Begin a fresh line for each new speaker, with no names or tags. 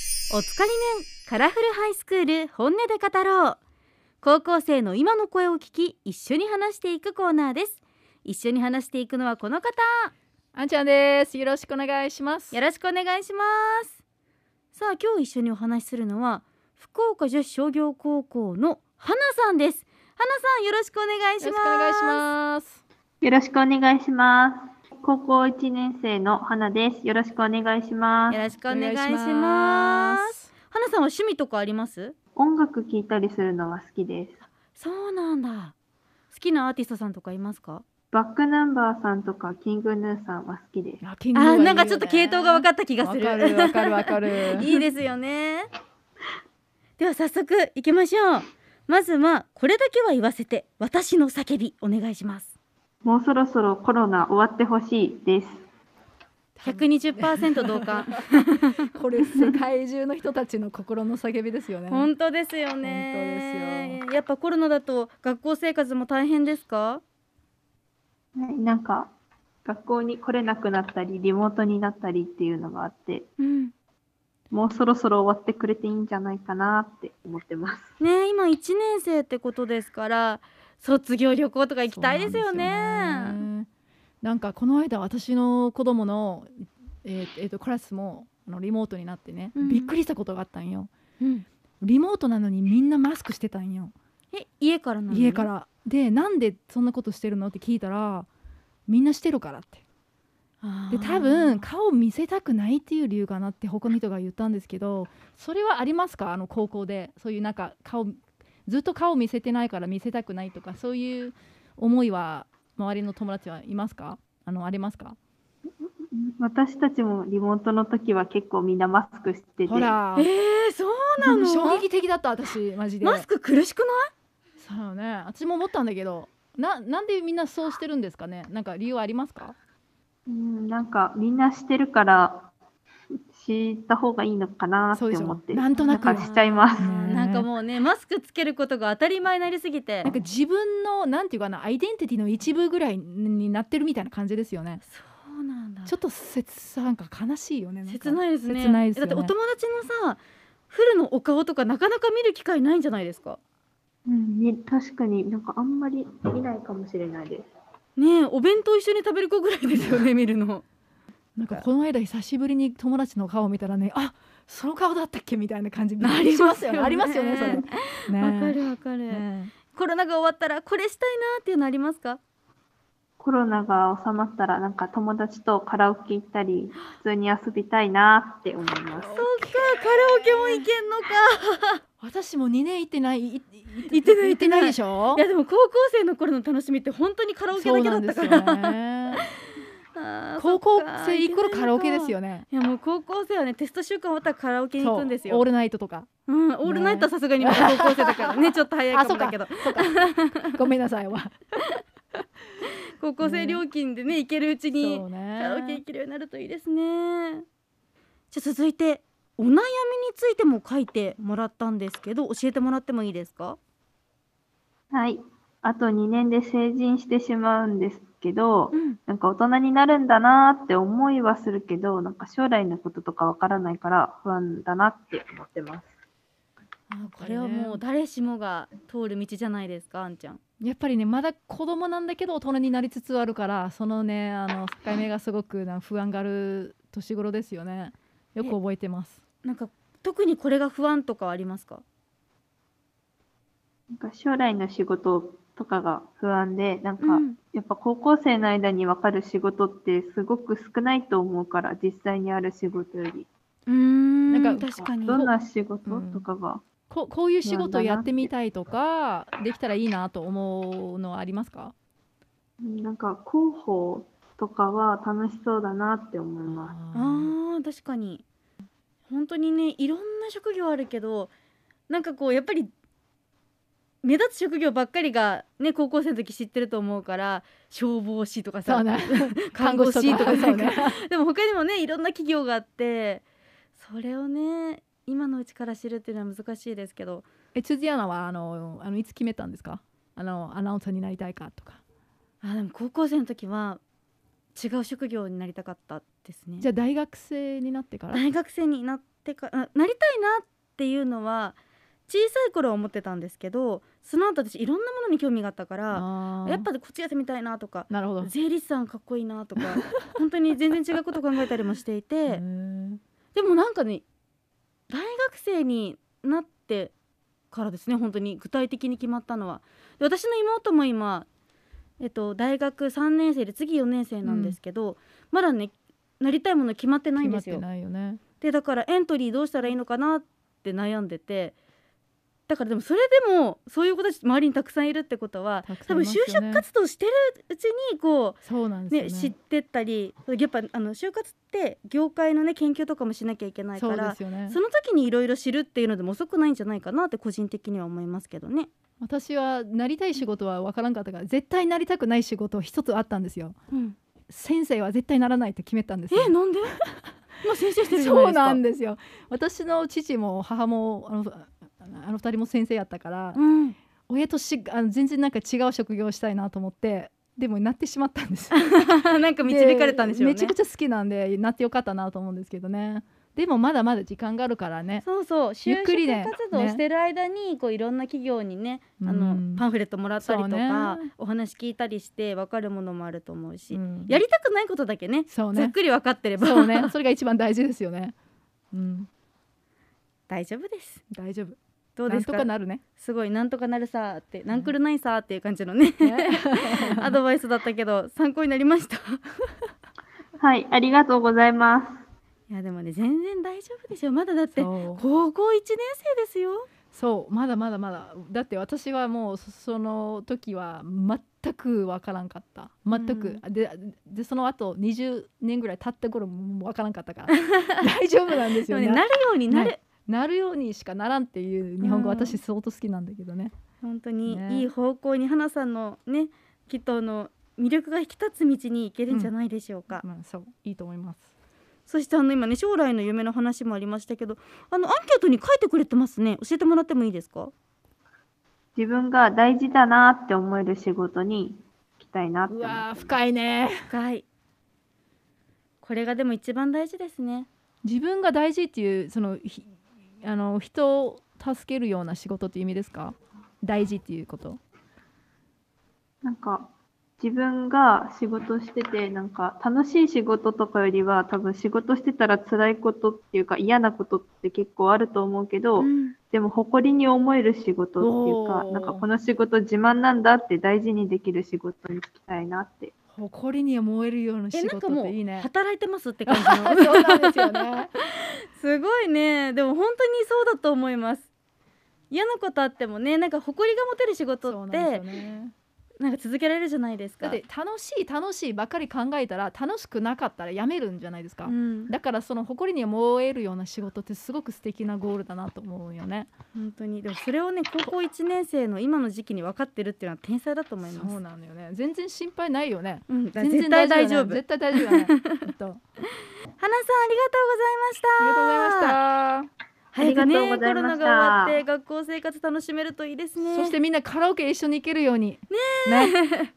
りぬんカラフルハイスクール本音で語ろう高校生の今の声を聞き一緒に話していくコーナーです一緒に話していくのはこの方
あんちゃんです。よろしくお願いします。
よろしくお願いしますさあ今日一緒にお話しするのは福岡女子商業高校の花さんです花さんよろしくお願いし
よ
ます
ろしくお願いします。
よろしくお願いします。高校1年生の花です。よろしくお願いします
よ。ろしくお願いします
す。
花さんは趣味とかあります
音楽聴いたりするのは好きです。
そうなんだ好きなアーティストさんとかいますか
バックナンバーさんとかキングヌーさんは好きです。
あ、
あーなんかちょっと系統が分か
っ
った気がする
わかるわかるわか る。
いいですよねでは早速行きましょうまずはこれだけは言わせて私の叫びお願いします
もうそろそろコロナ終わってほしいです。
120%同感
これ世界中の人たちの心の叫びですよ ね。
本当ですよね
本当
やっぱコロナだと学校生活も大変ですか
はいなんか、学校に来れなくなったり、リモートになったりっていうのがあって、
うん
もうそろそろ終わってくれていいんじゃないかなって思ってます。
ね今1年生ってことですから卒業旅行とか行きたいですよね
そうなんですよね。なんかこの間私の子供のえーえーとクラスもあのリモートになってね、
うん
びっくりしたことがあったんよ。
うん
リモートなのにみんなマスクしてたんよ。
え家からなのに
家からでなんでそんなことしてるのって聞いたらみんなしてるからって
あー
で多分顔見せたくないっていう理由かなって他の人が言ったんですけどそれはありますかあの高校でそういうなんか顔ずっと顔見せてないから見せたくないとかそういう思いは周りの友達はいますかあのありますか
私たちもリモートの時は結構みんなマスクしてて、
ほら
えー、そうなの
衝撃的だった私マジで
マスク苦しくない
そうよね私も思ったんだけどななんでみんなそうしてるんですかねなんか理由はありますか
うん、なんかみんなしてるから知った方がいいのかなって
そうでし
思
ょ
って
なんとなく
なんかしちゃいます
ね
なんかもうねマスクつけることが当たり前になりすぎて
なんか自分のなんていうかなアイデンティティの一部ぐらいになってるみたいな感じですよね。
そうなんだ
ちょっと切なんか悲しいよね。んか
切ないですね
切ないですよね
だってお友達のさフルのお顔とかなかなか見る機会ないんじゃないですか
うん、ね、確かになんかあんまり見ないかもしれないです。
ねえお弁当一緒に食べる子ぐらいですよね見る の
なんかこの間久しぶりに友達の顔を見たらね、あその顔だったっけみたいな感じに
なりますよね
ありますよね。それ。 ね
わかるわかる、
ね
コロナが終わったらこれしたいなっていうのありますか
コロナが収まったらなんか友達とカラオケ行ったり普通に遊びたいなって思います
そ。っかカラオケも行けんのか
私も2年行ってないいい
行ってない
行ってないでしょ
いやでも高校生の頃の楽しみって本当にカラオケ
そ
だ
う
けだ
なん
っ
で
た
す
から
よね
あー
高校
そっか
生行く頃カラオケですよね
いやもう高校生はねテスト週間終わったらカラオケに行くんです
そうオー
よ。
ルナイトとか
うん、オールナイトはさすがにまだ高校生だから ねちょっと早いか
あそ
も
っか
だけど
とかごめんなさいわ
高校生料金でね行けるうち に
そうね
カラオケ行けるようになるといいですね。じゃあ続いてお悩みについても書いてもらったんですけど教えてもらってもいいですか
はい。あと2年で成人してしまうんですけど、
ん
なんか大人になるんだなって思いはするけど、なんか将来のこととかわからないから不安だなって思ってます。
あ
これはもう誰しもが通る道じゃないですかあんちゃん。
やっぱりねまだ子供なんだけど大人になりつつあるからそのねあの境目がすごくな不安がある年頃ですよねよく覚えてます
なんか特にこれが不安とかはありますか
なんか将来の仕事とかが不安で、なんか
うん
やっぱ高校生の間に分かる仕事ってすごく少ないと思うから、実際にある仕事より。
うーん
なんか
確かに
どんな仕事
うん
とかが。
ここういう仕事をやってみたいとかできたらいいなと思うのはありますか
うんなんか広報とかは楽しそうだなって思います。
あー確かに本当にねいろんな職業あるけどなんかこうやっぱり目立つ職業ばっかりがね高校生の時知ってると思うから消防士とか
そ
さ
うね
看護師とか
そ
さ、
うね
でも他にもねいろんな企業があってそれをね今のうちから知るっていうのは難しいですけど
え辻アナはあのあのいつ決めたんですかあのアナウンサーになりたいかとか
あでも高校生の時は違う職業になりたかったですね
じゃあ大学生になってから
大学生になってかあなりたいなっっていうのは小さい頃は思ってたんですけどその後私いろんなものに興味があったから
あー
やっぱこっちやってみたいなとか
なるほど。
税理士さんかっこいいなとか 本当に全然違うこと考えたりもしてい
へ
て
ー
でもなんかね大学生になってからですね本当に具体的に決まったのはで私の妹も今、えっと、大学3年生で次4年生なんですけど、まだねなりたいもの決まってない
決
んで
まっ
す
て
よ。
ないよね。
でだからエントリーどうしたらいいのかなって悩んでてだからでもそれでもそういう子たち周りにたくさんいるってことは
たくさ
多
んい
分
ま
就
すよね
職活動してるうちにこう
そうなんですよ
ね、
ね。
知ってったりやっぱあの就活って業界の、ね、研究とかもしなきゃいけないか
そうで
ら
すよね
そ,、。の時にいろいろ知るっていうのでも遅くないんじゃないかなって個人的には思いますけどね。
私はなりたい仕事は分からんかったから絶対なりたくない仕事一つあったんですよ
うん、
先生は絶対ならないって決めたんですよ
えなんで 今先生してるじゃない
そ
で
う
すか。
なんですよ私の父も母もあのあの二人も先生やったから、
うん
親としあの全然なんか違う職業をしたいなと思ってでもなってしまったんです
なんか導かれたんでしょうね。
めちゃくちゃ好きなんでなってよかったなと思うんですけどねでもまだまだ時間があるからね
そうそう就
ゆっ
職
くりね
活動してる間にこういろんな企業にね、あ
うん
のパンフレットもらったりとか、
そうね
お話聞いたりして分かるものもあると思うし、
うん
やりたくないことだけね
そう
ざっ
ね
くり分かってれば
そうねそれが一番大事ですよねうん
大丈夫です。
大丈夫
どう
な
で
ん
す
と
か
かなるね
すごいなんとかなるさーってなんくるないさーっていう感じのね アドバイスだったけど参考になりましたい
はい、ありがとうございます。
やでもね全然大丈夫ですよまだだって
そう
高校1年生ですよ
そうまだまだまだだって私はもうそその時は全くわからんかった全く、ででその後20年ぐらい経った頃もわからんかったから 大丈夫なんです
で
よ
も
ね
ねなるようになる、
ねなるようにしかならんっていう日本語、
うん
私相当好きなんだけどね
本当に
ね
いい方向に花さんのねきっとあの魅力が引き立つ道に行けるんじゃないでしょうか、
まあそういいと思います
そしてあの今ね将来の夢の話もありましたけどあのアンケートに書いてくれてますね教えてもらってもいいですか
自分が大事だなって思える仕事に行きたいなって
う
思って
わー深いね
深いこれがでも一番大事ですね
自分が大事っていうそのひあの人を助けるような仕事っていう意味ですか大事っていうこと
なんか自分が仕事しててなんか楽しい仕事とかよりは多分仕事してたら辛いことっていうか嫌なことって結構あると思うけど、
うん
でも誇りに思える仕事っていうか
おー
なんかこの仕事自慢なんだって大事にできる仕事に就きたいなって
誇りに燃えるような
え
仕
なんか
事
も
っ
う
ていいね
働いてますって感じ の
そうなんですよ ね。
すごいねでも本当にそうだと思います嫌なことあってもねなんか誇りが持てる仕事ってなん,、か続けられるじゃないです
だ
か
って楽しい楽しいばっかり考えたら楽しくなかったらやめるんじゃないですか。
うん、
だからその誇りに燃えるような仕事ってすごく素敵なゴールだなと思うよね。
本当にでもそれをね高校1年生の今の時期に分かってるっていうのは天才だと思います
そうなのよね。全然心配ないよね。
うん、だ
全
絶
然
対大丈夫
だ
花
よね絶対大丈夫 だね。ほんと
さんありがとうございました
ありがとうございまし
あり
早
が
く
と
ね
うご
コ
ざいました
ロナが終わって学校生活楽しめるといいです
た。
ね
そしてみんなカラオケ一緒に行けるように。ね